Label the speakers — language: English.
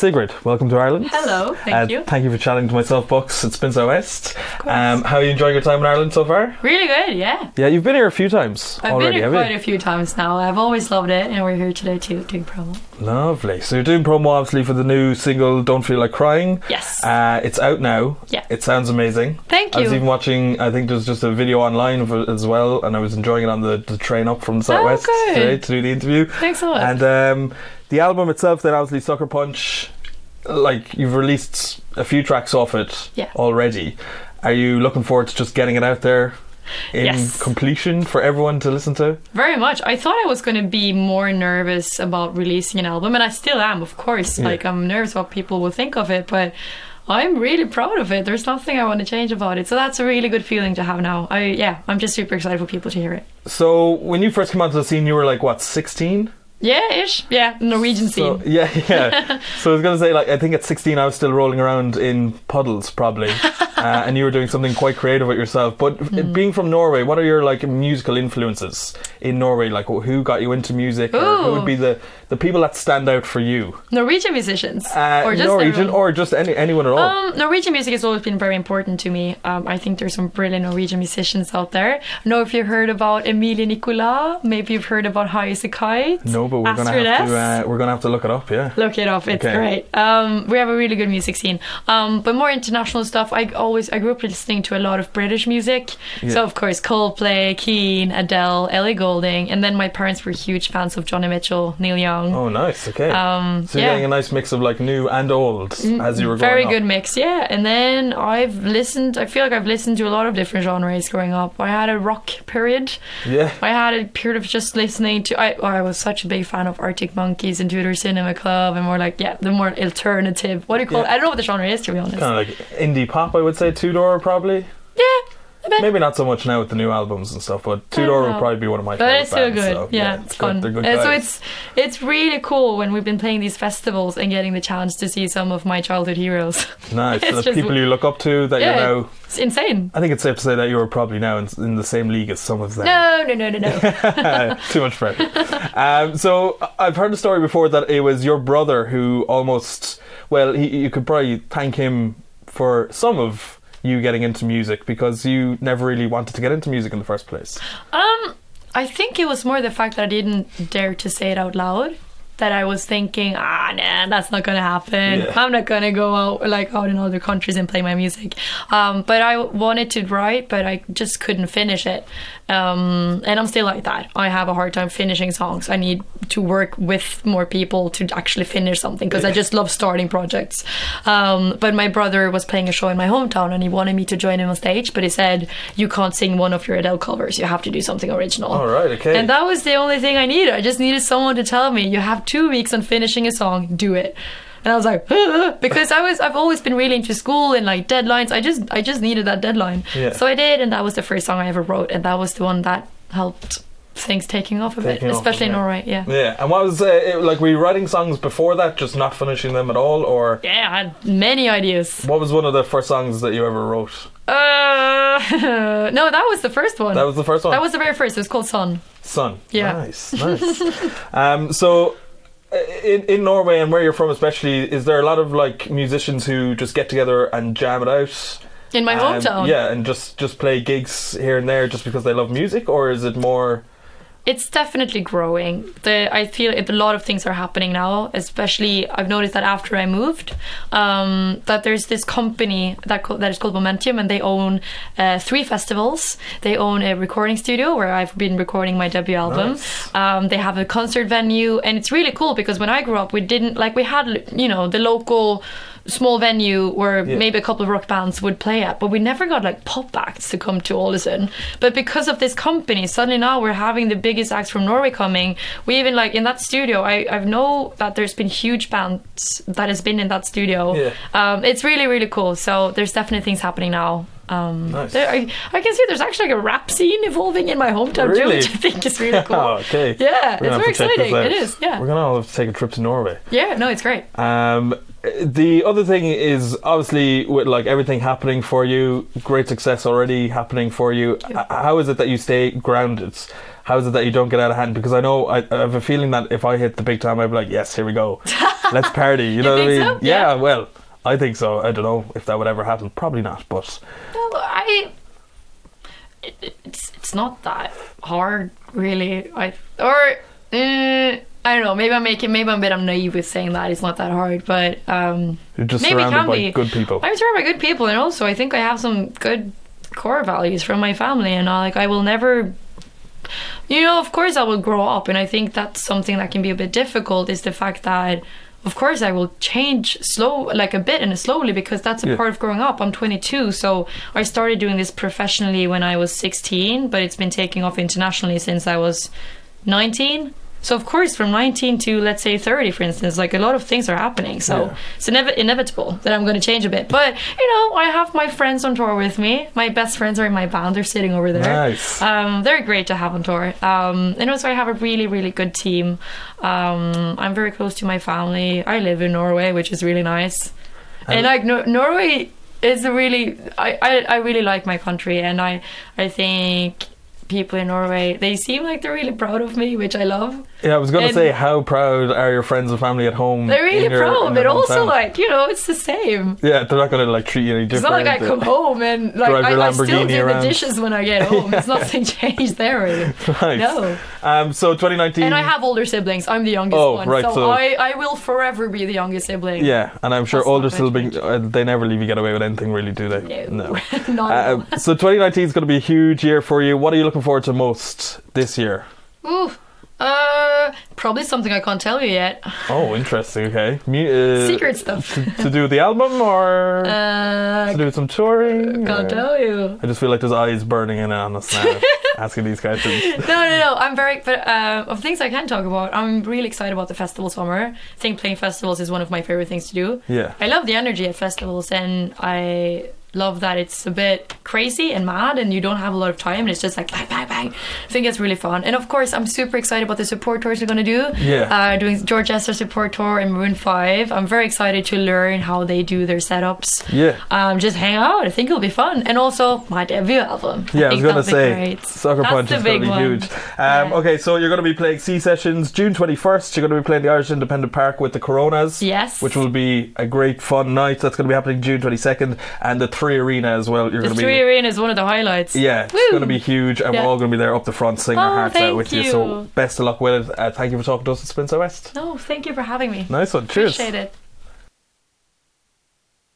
Speaker 1: Sigrid, welcome to Ireland.
Speaker 2: Hello, thank
Speaker 1: Uh,
Speaker 2: you.
Speaker 1: Thank you for chatting to myself, Bucks. It's been so West.
Speaker 2: course.
Speaker 1: Um, how are you enjoying your time in Ireland so far?
Speaker 2: Really good, yeah.
Speaker 1: Yeah, you've been here a few times
Speaker 2: I've
Speaker 1: already,
Speaker 2: been here
Speaker 1: have
Speaker 2: quite
Speaker 1: you?
Speaker 2: a few times now. I've always loved it, and we're here today too doing promo.
Speaker 1: Lovely. So you're doing promo obviously for the new single "Don't Feel Like Crying."
Speaker 2: Yes.
Speaker 1: Uh, it's out now.
Speaker 2: Yeah.
Speaker 1: It sounds amazing.
Speaker 2: Thank
Speaker 1: I was even
Speaker 2: you.
Speaker 1: watching. I think there's just a video online of it as well, and I was enjoying it on the, the train up from Southwest
Speaker 2: Oh, good.
Speaker 1: today to do the interview.
Speaker 2: Thanks a lot.
Speaker 1: And um, the album itself, then obviously Sucker Punch, like you've released a few tracks off it
Speaker 2: Yeah.
Speaker 1: already. Are you looking forward to just getting it out there in
Speaker 2: Yes.
Speaker 1: completion for everyone to listen to?
Speaker 2: Very much. I thought I was going to be more nervous about releasing an album, and I still am, of course.
Speaker 1: Yeah.
Speaker 2: Like, I'm nervous what people will think of it, but I'm really proud of it. There's nothing I want to change about it. So that's a really good feeling to have now. I Yeah, I'm just super excited for people to hear it.
Speaker 1: So when you first came onto the scene, you were like what, sixteen?
Speaker 2: Yeah, ish. Yeah, Norwegian
Speaker 1: So
Speaker 2: scene.
Speaker 1: yeah, yeah. so I was gonna say like I think at sixteen I was still rolling around in puddles probably, uh, and you were doing something quite creative with yourself. But
Speaker 2: Mm.
Speaker 1: it being from Norway, what are your like musical influences in Norway? Like who got you into music? Or who
Speaker 2: Ooh.
Speaker 1: would be the the people that stand out for you?
Speaker 2: Norwegian musicians.
Speaker 1: Uh, Norwegian
Speaker 2: everyone.
Speaker 1: or just any anyone at all?
Speaker 2: Um, Norwegian music has always been very important to me. Um, I think there's some brilliant Norwegian musicians out there. I know if you heard about Emilie Nicolas, maybe you've heard about High as a Kite.
Speaker 1: no, but we're gonna
Speaker 2: Astrid
Speaker 1: have to
Speaker 2: S.
Speaker 1: uh, we're gonna have to look it up. Yeah.
Speaker 2: Look it up. It's
Speaker 1: Okay.
Speaker 2: great. Um, we have a really good music scene. Um, but more international stuff. I always I grew up listening to a lot of British music.
Speaker 1: Yeah.
Speaker 2: So of course Coldplay, Keane, Adele, Ellie Goulding, and then my parents were huge fans of Johnny Mitchell, Neil Young.
Speaker 1: Oh, nice. Okay.
Speaker 2: Um,
Speaker 1: so you're
Speaker 2: yeah. Mm,
Speaker 1: getting a nice mix of like new and old as you were growing
Speaker 2: Very
Speaker 1: up.
Speaker 2: good mix, yeah. And then I've listened. I feel like I've listened to a lot of different genres growing up. I had a rock period.
Speaker 1: Yeah.
Speaker 2: I had a period of just listening to. I, I was such a big fan of Arctic Monkeys and Tudor Cinema Club, and more like yeah, the more alternative. What do you call?
Speaker 1: Yeah.
Speaker 2: it? I don't know what the genre is to be honest.
Speaker 1: Kind of like indie pop, I would say. Tudor probably.
Speaker 2: Yeah, a bit.
Speaker 1: Maybe not so much now with the new albums and stuff, but Tudor would
Speaker 2: know.
Speaker 1: probably be one of my
Speaker 2: But
Speaker 1: favorite
Speaker 2: it's still
Speaker 1: bands,
Speaker 2: good.
Speaker 1: so,
Speaker 2: yeah, it's
Speaker 1: good.
Speaker 2: fun.
Speaker 1: They're good
Speaker 2: Uh, so
Speaker 1: guys.
Speaker 2: it's it's really cool when we've been playing these festivals and getting the chance to see some of my childhood heroes.
Speaker 1: nice.
Speaker 2: it's
Speaker 1: the
Speaker 2: just-
Speaker 1: people you look up to that
Speaker 2: yeah,
Speaker 1: you know.
Speaker 2: it's insane.
Speaker 1: I think it's safe to say that you were probably now in, in the same league as some of them.
Speaker 2: No, no, no, no, no.
Speaker 1: Too much pressure. um, so I- I've heard a story before that it was your brother who almost. Well, he, you could probably thank him for some of you getting into music because you never really wanted to get into music in the first place.
Speaker 2: Um, I think it was more the fact that I didn't dare to say it out loud. That I was thinking, ah, nah, that's not gonna happen.
Speaker 1: Yeah.
Speaker 2: I'm not gonna go out like out in other countries and play my music. Um, but I wanted to write, but I just couldn't finish it. Um, and I'm still like that. I have a hard time finishing songs. I need to work with more people to actually finish something because I just love starting projects. Um, but my brother was playing a show in my hometown and he wanted me to join him on stage, but he said, "You can't sing one of your Adele covers. You have to do something original."
Speaker 1: All right, okay.
Speaker 2: And that was the only thing I needed. I just needed someone to tell me, "You have two weeks on finishing a song. Do it." And I was like, because I was I've always been really into school and like deadlines. I just I just needed that deadline.
Speaker 1: Yeah.
Speaker 2: So I did, and that was the first song I ever wrote, and that was the one that helped things taking off a bit,
Speaker 1: Taking off,
Speaker 2: especially in
Speaker 1: yeah.
Speaker 2: Norway. Yeah.
Speaker 1: Yeah, and what was uh, it, like? Were you writing songs before that, just not finishing them at all, or
Speaker 2: Yeah, I had many ideas.
Speaker 1: what was one of the first songs that you ever wrote?
Speaker 2: Uh, no, that was the first one.
Speaker 1: That was the first one.
Speaker 2: That was the very first. It was called Sun.
Speaker 1: Sun.
Speaker 2: Yeah.
Speaker 1: Nice, nice. um, so, uh, in in Norway and where you're from, especially, is there a lot of like musicians who just get together and jam it out?
Speaker 2: In my
Speaker 1: Um,
Speaker 2: hometown.
Speaker 1: Yeah, and just just play gigs here and there just because they love music, or is it more?
Speaker 2: It's definitely growing. The I feel it, a lot of things are happening now. Especially, I've noticed that after I moved, um, that there's this company that co- that is called Momentum, and they own uh, three festivals. They own a recording studio where I've been recording my debut album.
Speaker 1: Nice.
Speaker 2: Um, they have a concert venue, and it's really cool because when I grew up, we didn't like we had you know the local small venue where
Speaker 1: Yeah.
Speaker 2: maybe a couple of rock bands would play at, but we never got like pop acts to come to Ålesund. But because of this company, suddenly now we're having the biggest acts from Norway coming. We even like in that studio, I I know that there's been huge bands that has been in that studio.
Speaker 1: Yeah.
Speaker 2: Um, it's really really cool. So there's definitely things happening now. Um,
Speaker 1: Nice.
Speaker 2: there, I, I can see there's actually like a rap scene evolving in my hometown too,
Speaker 1: Really?
Speaker 2: which I think is really cool.
Speaker 1: Oh, okay.
Speaker 2: Yeah,
Speaker 1: We're gonna
Speaker 2: it's very
Speaker 1: have to check this
Speaker 2: exciting.
Speaker 1: out.
Speaker 2: It is. Yeah.
Speaker 1: We're gonna all have to take a trip to Norway.
Speaker 2: yeah. No, it's great.
Speaker 1: Um, the other thing is obviously with like everything happening for you, great success already happening for you. h- How is it that you stay grounded? How is it that you don't get out of hand? Because I know I, I have a feeling that if I hit the big time, I'd be like, yes, here we go, let's party. You know
Speaker 2: think
Speaker 1: what I
Speaker 2: so?
Speaker 1: mean? yeah,
Speaker 2: Yeah.
Speaker 1: well, I think so. I don't know if that would ever happen. Probably not, but
Speaker 2: No, I. it- It's it's not that hard, really. I or uh, I don't know. Maybe I'm making maybe I'm a bit naive with saying that it's not that hard, but um,
Speaker 1: you're just
Speaker 2: Maybe it
Speaker 1: surrounded
Speaker 2: can
Speaker 1: by
Speaker 2: be.
Speaker 1: good people.
Speaker 2: I'm surrounded by good people, and also I think I have some good core values from my family, and I, like I will never. You know, of course, I will grow up, and I think that's something that can be a bit difficult. Is the fact that, of course, I will change slow, like a bit and slowly, because that's a
Speaker 1: Yeah.
Speaker 2: part of growing up. I'm 22, so I started doing this professionally when I was 16, but it's been taking off internationally since I was 19. So of course, from 19 to let's say 30, for instance, like a lot of things are happening. So
Speaker 1: Yeah.
Speaker 2: it's inev- inevitable that I'm going to change a bit. But you know, I have my friends on tour with me. My best friends are in my band. They're sitting over there.
Speaker 1: Nice.
Speaker 2: Um, they're great to have on tour. Um, and also, I have a really, really good team. Um, I'm very close to my family. I live in Norway, which is really nice. And like Nor- Norway is a really, I, I, I really like my country, and I, I think people in Norway they seem like they're really proud of me, which I love.
Speaker 1: Yeah, I was gonna
Speaker 2: and-
Speaker 1: say, how proud are your friends and family at home?
Speaker 2: They're really
Speaker 1: in your-
Speaker 2: proud,
Speaker 1: in
Speaker 2: but
Speaker 1: your
Speaker 2: also
Speaker 1: hometown?
Speaker 2: like you know, it's the same.
Speaker 1: yeah, they're not gonna like treat you any
Speaker 2: It's
Speaker 1: different.
Speaker 2: not like I come home and like
Speaker 1: Drive
Speaker 2: I,
Speaker 1: your
Speaker 2: I still
Speaker 1: Lamborghini
Speaker 2: do
Speaker 1: around.
Speaker 2: the dishes when I get home. It's nothing changed there really.
Speaker 1: Nice.
Speaker 2: No.
Speaker 1: Um, so 2019.
Speaker 2: And I have older siblings. I'm the youngest
Speaker 1: Oh,
Speaker 2: one,
Speaker 1: right,
Speaker 2: so,
Speaker 1: so-
Speaker 2: I, I will forever be the youngest sibling.
Speaker 1: Yeah, and I'm sure
Speaker 2: That's not
Speaker 1: older
Speaker 2: bad.
Speaker 1: siblings, uh, they never leave you get away with anything, really, do they?
Speaker 2: No, not at all.
Speaker 1: Um, so 2019 is going to be a huge year for you. What are you looking forward to most this year?
Speaker 2: Ooh. Uh, probably something I can't tell you yet.
Speaker 1: Oh, interesting. Okay, Mu- uh,
Speaker 2: Secret stuff.
Speaker 1: to, to do with the album or
Speaker 2: Uh,
Speaker 1: to do with some touring.
Speaker 2: can't
Speaker 1: or-
Speaker 2: tell you.
Speaker 1: I just feel like there's eyes burning in on us now asking these questions.
Speaker 2: No, no, no. I'm very. But uh, of things I can talk about, I'm really excited about the festival summer. I think playing festivals is one of my favorite things to do.
Speaker 1: Yeah.
Speaker 2: I love the energy at festivals, and I love that it's a bit crazy and mad, and you don't have a lot of time, and it's just like bang, bang, bang. I think it's really fun, and of course, I'm super excited about the support tours we're gonna do.
Speaker 1: Yeah.
Speaker 2: uh, doing George Esther support tour and Maroon Five. I'm very excited to learn how they do their setups.
Speaker 1: Yeah.
Speaker 2: um, just hang out. I think it'll be fun, and also my debut album.
Speaker 1: Yeah, I was
Speaker 2: think
Speaker 1: gonna
Speaker 2: that'll be
Speaker 1: say
Speaker 2: great.
Speaker 1: soccer
Speaker 2: That's
Speaker 1: punch
Speaker 2: the
Speaker 1: is gonna
Speaker 2: big
Speaker 1: be
Speaker 2: one.
Speaker 1: huge. Um,
Speaker 2: Yeah.
Speaker 1: Okay, so you're gonna be playing C sessions June 21st. You're gonna be playing the Irish Independent Park with the Coronas.
Speaker 2: Yes.
Speaker 1: which will be a great fun night. That's gonna be happening June 22nd, and the Three Arena as well. You're
Speaker 2: The
Speaker 1: gonna be.
Speaker 2: three arena is one of the highlights.
Speaker 1: yeah, it's
Speaker 2: Woo.
Speaker 1: going to be huge, and
Speaker 2: Yeah.
Speaker 1: we're all going to be there up the front singing
Speaker 2: Oh,
Speaker 1: our hearts out
Speaker 2: thank
Speaker 1: with you. So,
Speaker 2: you.
Speaker 1: best of luck with it. Uh, thank you for talking to us at Spin West.
Speaker 2: No, thank you for having me.
Speaker 1: Nice one. Cheers.
Speaker 2: Appreciate it.